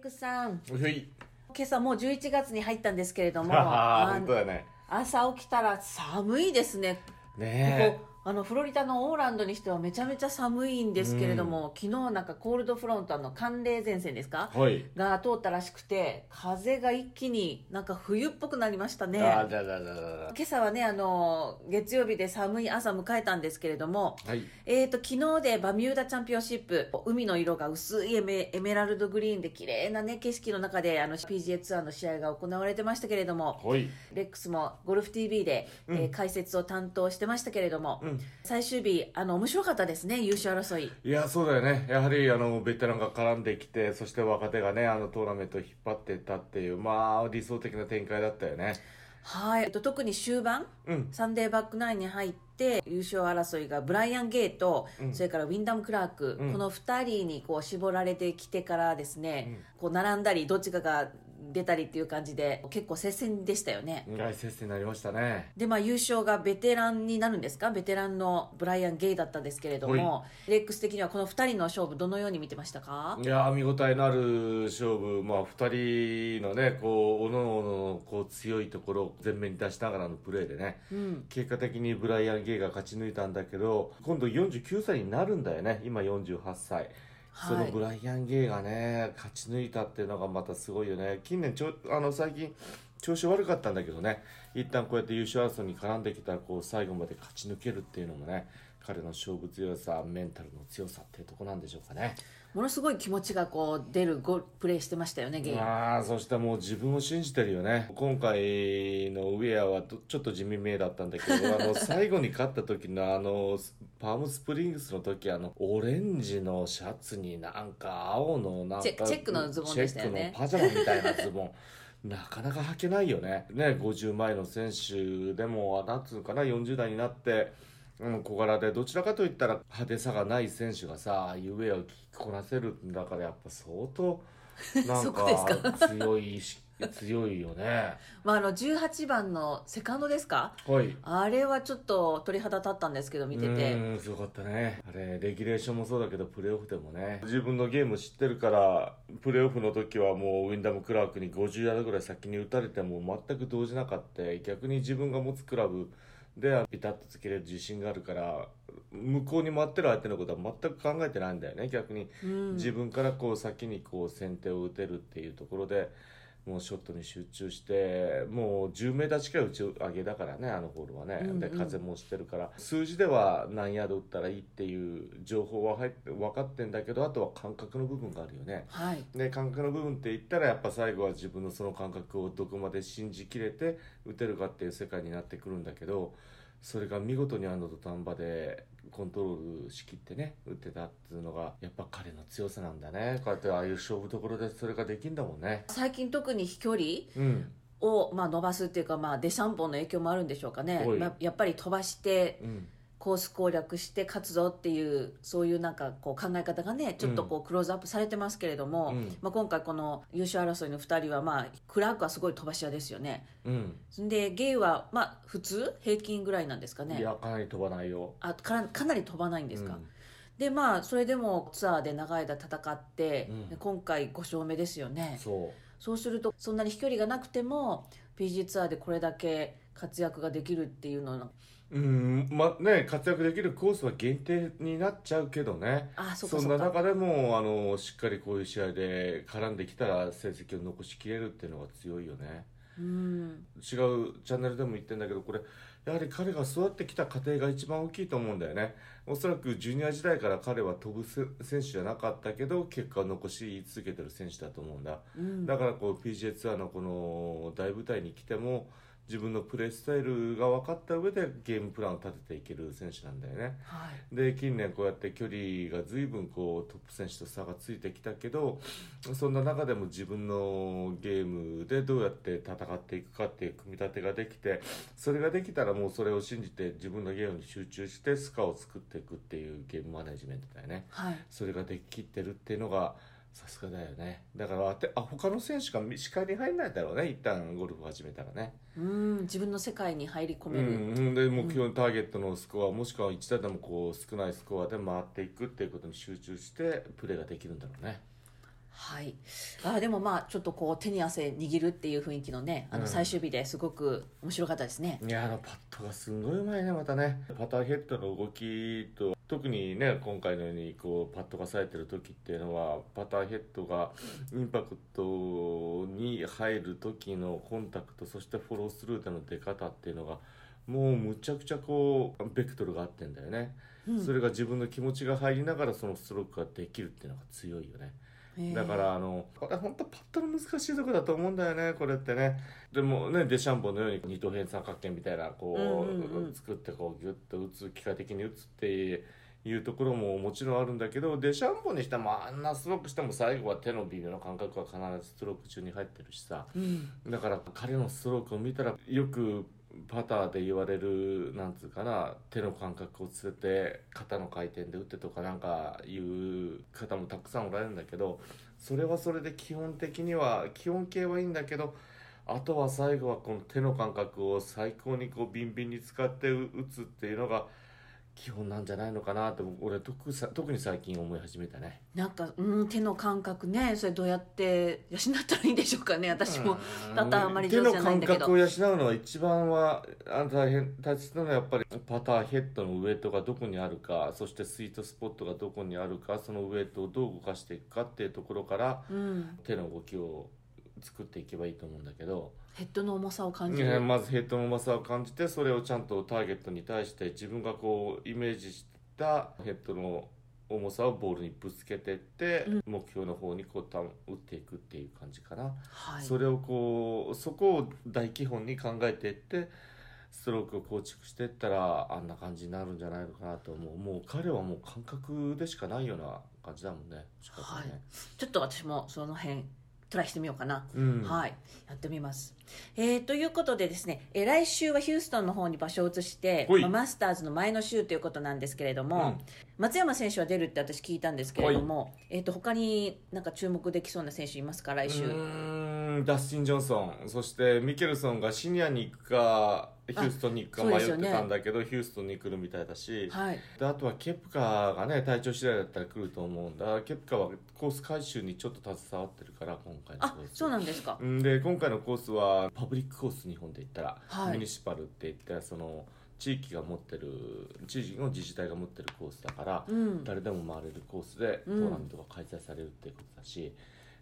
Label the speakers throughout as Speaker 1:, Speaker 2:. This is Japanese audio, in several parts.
Speaker 1: クさん
Speaker 2: おい
Speaker 1: 今朝もう11月に入ったんですけれども
Speaker 2: あ
Speaker 1: あ
Speaker 2: 本当だね
Speaker 1: 朝起きたら寒いですねこ
Speaker 2: ね
Speaker 1: こあのフロリダのオーランドにしてはめちゃめちゃ寒いんですけれども、昨日なんかコールドフロントあの寒冷前線ですか
Speaker 2: えはい
Speaker 1: が通ったらしくて風が一気になんか冬っぽくなりましたね
Speaker 2: あだだだだだ
Speaker 1: 今朝はねあの月曜日で寒い朝迎えたんですけれども
Speaker 2: はい
Speaker 1: えー、と昨日でバミューダチャンピオンシップ海の色が薄いエメエメラルドグリーンで綺麗なね景色の中であの PGA ツアーの試合が行われてましたけれども
Speaker 2: はい
Speaker 1: レックスもゴルフ TV で、
Speaker 2: うん
Speaker 1: えー解説を担当してましたけれども、
Speaker 2: うん
Speaker 1: 最終日あの面白かったですね優勝争い
Speaker 2: いやそうだよねやはりあのベテランが絡んできてそして若手がねあのトーナメントを引っ張ってったっていうまあ理想的な展開だったよね
Speaker 1: はい、えっと、特に終盤
Speaker 2: うん
Speaker 1: サンデーバックナインに入って優勝争いがブライアン・ゲイと、
Speaker 2: うん
Speaker 1: それからウィンダム・クラーク、
Speaker 2: うん
Speaker 1: この2人にこう絞られてきてからですね、こう並んだりどっちかが出たりっていう感じで結構接戦でしたよね。
Speaker 2: 大接戦になりましたね
Speaker 1: でまあ、優勝がベテランになるんですかベテランのブライアン・ゲイだったんですけれどもレックス的にはこの2人の勝負どのように見てましたか
Speaker 2: いやー見応えのある勝負、まあ、2人のねこうおのおののこう強いところを前面に出しながらのプレーでね
Speaker 1: うん、
Speaker 2: 結果的にブライアン・ゲイが勝ち抜いたんだけど今度49歳になるんだよね今48歳、そ
Speaker 1: は
Speaker 2: の
Speaker 1: い
Speaker 2: ブ、ライアン・ゲイがね勝ち抜いたっていうのがまたすごいよね近年ちょあの最近調子悪かったんだけどね一旦こうやって優勝争いに絡んできたらこう最後まで勝ち抜けるっていうのもね彼の勝負強さメンタルの強さっていうとこなんでしょうかね
Speaker 1: ものすごい気持ちがこう出るゴプレーしてましたよねゲイ。
Speaker 2: ああそしてもう自分を信じてるよね今回のウェアはどちょっと地味めだったんだけ どあの最後に勝った時のあのスパームスプリングスの時あのオレンジのシャツになんか青のなんか
Speaker 1: チェチェックのズボンでしたよね
Speaker 2: チェックのパジャマみたいなズボン なかなか履けないよねね50前の選手でもなんつうのかな40代になってうん、小柄でどちらかといったら派手さがない選手がさああいうウェアを着こなせるんだからやっぱ相当 なん
Speaker 1: そこですか
Speaker 2: か強いし強いよね。
Speaker 1: まあ、あの18番のセカンドですか
Speaker 2: はい
Speaker 1: あれはちょっと鳥肌立ったんですけど見て
Speaker 2: う
Speaker 1: て
Speaker 2: ーんすごかったねあれレギュレーションもそうだけどプレーオフでもね自分のゲーム知ってるからプレーオフの時はもうウィンダム・クラークに50ヤードぐらい先に打たれても全く動じなかった逆に自分が持つクラブでビタッとつけれる自信があるから向こうに待ってる相手のことは全く考えてないんだよね逆に
Speaker 1: うん
Speaker 2: 自分からこう先にこう先手を打てるっていうところでもうショットに集中してもう10メーター近い打ち上げだからねあのホールはね、
Speaker 1: うんうん
Speaker 2: で風もしてるから数字では何ヤード打ったらいいっていう情報は入って分かってんだけどあとは感覚の部分があるよね。
Speaker 1: はい
Speaker 2: で感覚の部分って言ったらやっぱ最後は自分のその感覚をどこまで信じきれて打てるかっていう世界になってくるんだけどそれが見事に安藤と丹波でコントロールしきってね打ってたっていうのがやっぱ彼の強さなんだねこうやってああいう勝負どころでそれができんだもんね
Speaker 1: 最近特に飛距離
Speaker 2: うん
Speaker 1: を、まあ、伸ばすっていうか、まあ、デシャンボンの影響もあるんでしょうかね
Speaker 2: おい
Speaker 1: まあやっぱり飛ばして
Speaker 2: うん
Speaker 1: コース攻略して勝つぞっていうそういうなんかこう考え方がねちょっとこうクローズアップされてますけれども、
Speaker 2: うん
Speaker 1: まあ、今回この優勝争いの2人は、まあ、クラークはすごい飛ばし屋ですよね
Speaker 2: うん、
Speaker 1: でゲイは、まあ、普通平均ぐらいなんですか
Speaker 2: い
Speaker 1: ね
Speaker 2: やかなり飛ばないよ
Speaker 1: あかかなり飛ばないんですか、
Speaker 2: うん
Speaker 1: でまあそれでもツアーで長い間戦って、
Speaker 2: うん
Speaker 1: 今回5勝目ですよね
Speaker 2: そう
Speaker 1: そうするとそんなに飛距離がなくても PG ツアーでこれだけ活躍ができるっていうのは
Speaker 2: うんまね活躍できるコースは限定になっちゃうけどね
Speaker 1: あそ
Speaker 2: そ
Speaker 1: っかそ
Speaker 2: んな
Speaker 1: っか
Speaker 2: 中でもあのしっかりこういう試合で絡んできたら成績を残しきれるっていうのが強いよね
Speaker 1: うん
Speaker 2: 違うチャンネルでも言ってんだけどこれやはり彼が育ってきた過程が一番大きいと思うんだよねおそらくジュニア時代から彼は飛ぶせ選手じゃなかったけど結果を残し続けてる選手だと思うんだ
Speaker 1: うん
Speaker 2: だからこう PGA ツアーのこの大舞台に来ても自分のプレースタイルが分かった上でゲームプランを立てていける選手なんだよね
Speaker 1: はい
Speaker 2: で近年こうやって距離が随分こうトップ選手と差がついてきたけどそんな中でも自分のゲームでどうやって戦っていくかっていう組み立てができてそれができたらもうそれを信じて自分のゲームに集中してスカを作っていくっていうゲームマネジメントだよね
Speaker 1: はい
Speaker 2: それができきってるっていうのがさすがだよねだからあてあ他の選手が視界に入んないだろうね一旦ゴルフ始めたらね
Speaker 1: うん自分の世界に入り込
Speaker 2: う
Speaker 1: める、
Speaker 2: んうん、で目標のターゲットのスコア、もしくは1打でもこう少ないスコアで回っていくっていうことに集中してプレーができるんだろうね
Speaker 1: はい、あでもまあちょっとこう手に汗握るっていう雰囲気のねあ
Speaker 2: う
Speaker 1: の
Speaker 2: ん
Speaker 1: 最終日ですごく面白かったですね、
Speaker 2: いやあのパットがすごいうまいねまたねパターヘッドの動きと特にね今回のようにこうパットが冴えてる時っていうのはパターヘッドがインパクトに入る時のコンタクトそしてフォロースルーでの出方っていうのがもうむちゃくちゃこうベクトルがあってんだよね、
Speaker 1: うん
Speaker 2: それが自分の気持ちが入りながらそのストロークができるっていうのが強いよね
Speaker 1: えー
Speaker 2: だからあのこれ本当パッとの難しいとこだと思うんだよねこれってねでもねデシャンボンのように二等辺三角形みたいなこう,、
Speaker 1: うんうんうん
Speaker 2: 作ってこうギュッと打つ機械的に打つっていう。ところももちろんあるんだけどデシャンボンにしてもあんなストロークしても最後は手の微妙な感覚は必ずストローク中に入ってるしさ
Speaker 1: うん
Speaker 2: だから彼のストロークを見たらよくパターで言われるなんつうかな手の感覚をつれて肩の回転で打ってとかなんかいう方もたくさんおられるんだけどそれはそれで基本的には基本形はいいんだけどあとは最後はこの手の感覚を最高にこうビンビンに使って打つっていうのが基本なんじゃないのかなって僕俺特さ特に最近思い始めたね。
Speaker 1: なんか、うん、手の感覚ねそれどうやって養ったらいいんでしょうかね私も、パターンあまり上手じゃないんだけど
Speaker 2: 手の感覚を養うのは一番はあ大変大切なのはやっぱりパターヘッドのウエイトがどこにあるかそしてスイートスポットがどこにあるかそのウエイトをどう動かしていくかっていうところから
Speaker 1: うん、
Speaker 2: 手の動きを作っていけばいいと思うんだけど、
Speaker 1: ヘッドの重さを感じ
Speaker 2: ね、
Speaker 1: る、
Speaker 2: まずヘッドの重さを感じてそれをちゃんとターゲットに対して自分がこうイメージしたヘッドの重さをボールにぶつけていって、目標の方にこうた打っていくっていう感じかな。
Speaker 1: はい、
Speaker 2: それをこうそこを大基本に考えていってストロークを構築していったらあんな感じになるんじゃないのかなと思うもう彼はもう感覚でしかないような感じだもんねしかもね、
Speaker 1: ちょっと私もその辺トライしてみようかな
Speaker 2: うん
Speaker 1: はい、やってみます。えーということでですね、えー来週はヒューストンの方に場所を移して、
Speaker 2: ほい
Speaker 1: まあマスターズの前の週ということなんですけれども、
Speaker 2: うん
Speaker 1: 松山選手は出るって私聞いたんですけれども、えー、と他になんか注目できそうな選手いますか、来週。
Speaker 2: うーんダスティン・ジョンソンそしてミケルソンがシニアに行くかヒューストンに行くか
Speaker 1: そう
Speaker 2: 迷っ
Speaker 1: です
Speaker 2: て
Speaker 1: よね
Speaker 2: たんだけど、ヒューストンに来るみたいだし、
Speaker 1: はい、
Speaker 2: であとはケプカがね体調次第だったら来ると思うんだケプカはコース改修にちょっと携わってるから今回の
Speaker 1: あ
Speaker 2: コース
Speaker 1: そうなんですか。
Speaker 2: うんで今回のコースはパブリックコース日本で言ったら、
Speaker 1: はい
Speaker 2: ミニシパルって言ったらその地域が持ってる地域の自治体が持ってるコースだから、
Speaker 1: うん、
Speaker 2: 誰でも回れるコースでト
Speaker 1: うん
Speaker 2: ーナメントが開催されるっていうことだし、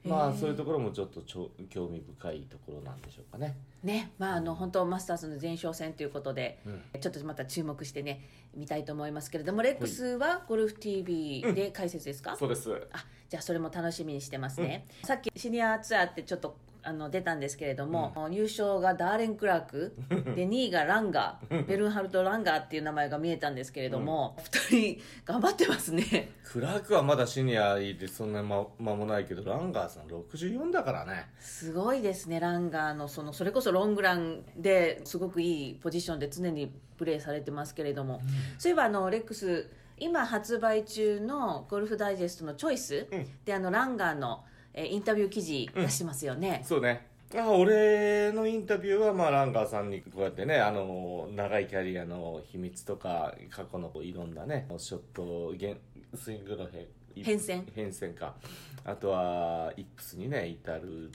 Speaker 1: へー
Speaker 2: まあそういうところもちょっとちょ興味深いところなんでしょうかね。
Speaker 1: ね、まああの本当マスターズの前哨戦ということで、
Speaker 2: うん
Speaker 1: ちょっとまた注目してね見たいと思いますけれども、レックスはゴルフ TV で解説ですか？
Speaker 2: そうです
Speaker 1: あじゃあそれも楽しみにしてますね、さっきシニアツアーってちょっとあの出たんですけれども、優勝がダーレン・クラー クで2位がランガーベルンハルト・ランガーっていう名前が見えたんですけれども、2人頑張ってますね
Speaker 2: クラークはまだシニアでそんな間間もないけどランガーさん64だからね
Speaker 1: すごいですねランガーのそのそれこそロングランですごくいいポジションで常にプレーされてますけれども、そういえばあのレックス今発売中のゴルフダイジェストの「チョイス」
Speaker 2: うん
Speaker 1: であのランガーのえーインタビュー記事出してますよね、
Speaker 2: そうね。あ俺のインタビューは、まあ、ランガーさんにこうやってね、あの、長いキャリアの秘密とか、過去のいろんなね、ショット、ゲンスイングの変
Speaker 1: 変遷
Speaker 2: 変遷か。あとは、イップスにね、至る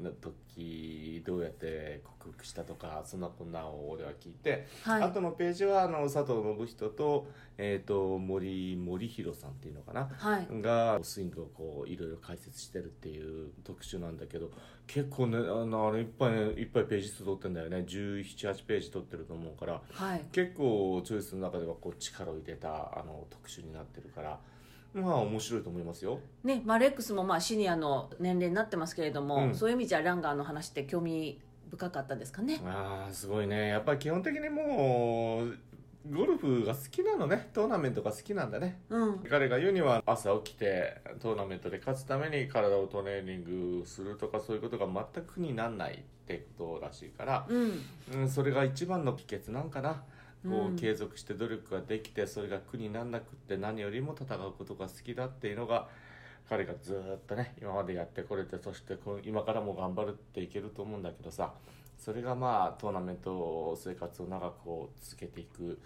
Speaker 2: の時、どうやって克服したとか、そんなこんなを俺は聞いて、
Speaker 1: はい
Speaker 2: あとのページは、あの、佐藤信人と、えっ、と、森、森弘さんっていうのかな。
Speaker 1: はい、
Speaker 2: がスイングをこういろいろ解説してるっていう特集なんだけど結構ねあのあれいっぱいねいっぱいページ数取ってんだよね178ページ取ってると思うから
Speaker 1: はい、
Speaker 2: 結構チョイスの中ではこう力を入れたあの特集になってるからまあ面白いと思いますよ。
Speaker 1: ね、まあ、レックスもまあシニアの年齢になってますけれども、
Speaker 2: うん
Speaker 1: そういう意味じゃランガーの話って興味深かったですかね。
Speaker 2: あーすごいねやっぱり基本的にもうゴルフが好きなのねトーナメントが好きなんだね。
Speaker 1: うん、
Speaker 2: 彼が言うには朝起きてトーナメントで勝つために体をトレーニングするとかそういうことが全く苦になんないってことらしいから、
Speaker 1: うん、
Speaker 2: うん、それが一番の秘訣なんかな。
Speaker 1: う
Speaker 2: こ
Speaker 1: ん
Speaker 2: う継続して努力ができてそれが苦になんなくって何よりも戦うことが好きだっていうのが彼がずーっとね今までやってこれてそしてこう今からも頑張るっていけると思うんだけどさそれがまあトーナメント生活を長くこう続けていくうん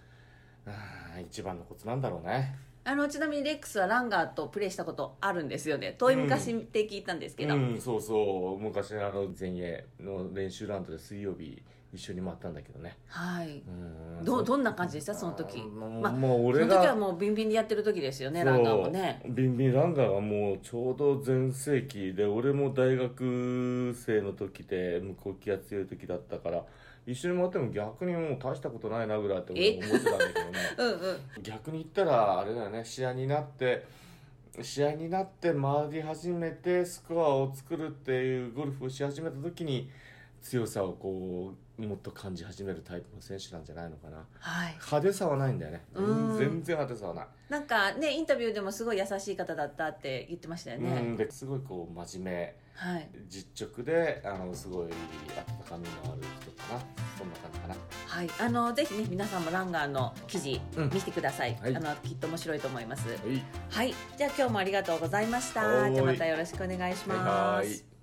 Speaker 2: 一番のコツなんだろうね。
Speaker 1: あのちなみにレックスはランガーとプレーしたことあるんですよね遠い昔って聞いたんですけど、
Speaker 2: うん、そうそう昔あの前衛の練習ラウンドで水曜日一緒に回ったんだけどね
Speaker 1: はい
Speaker 2: うん
Speaker 1: ど
Speaker 2: そう
Speaker 1: どんな感じでしたその時
Speaker 2: あー
Speaker 1: まあ
Speaker 2: もう
Speaker 1: そ
Speaker 2: 俺
Speaker 1: の時
Speaker 2: が
Speaker 1: はもうビンビンでやってる時ですよねランガーもね
Speaker 2: そうビンビンランガーがもうちょうど全盛期で俺も大学生の時で向こう気が強い時だったから一緒に回っても逆にもう大したことないなぐらいって俺も思ってたんだけどね
Speaker 1: うんうん
Speaker 2: 逆に言ったらあれだよね試合になって試合になって回り始めてスコアを作るっていうゴルフをし始めた時に強さをこうもっと感じ始めるタイプの選手なんじゃないのかな
Speaker 1: はい
Speaker 2: 派手さはないんだよね
Speaker 1: うん
Speaker 2: 全然派手さはない
Speaker 1: なんかねインタビューでもすごい優しい方だったって言ってましたよ
Speaker 2: う
Speaker 1: ね
Speaker 2: んですごいこう真面目
Speaker 1: はい
Speaker 2: 実直であのすごい温かみのある人かなそんな感じかな
Speaker 1: はいあのぜひね皆さんもランガーの記事
Speaker 2: うん
Speaker 1: 見てください、
Speaker 2: はい
Speaker 1: あのきっと面白いと思います
Speaker 2: はい
Speaker 1: はいじゃあ今日もありがとうございました
Speaker 2: はーい
Speaker 1: じゃあまたよろしくお願いします
Speaker 2: はいはい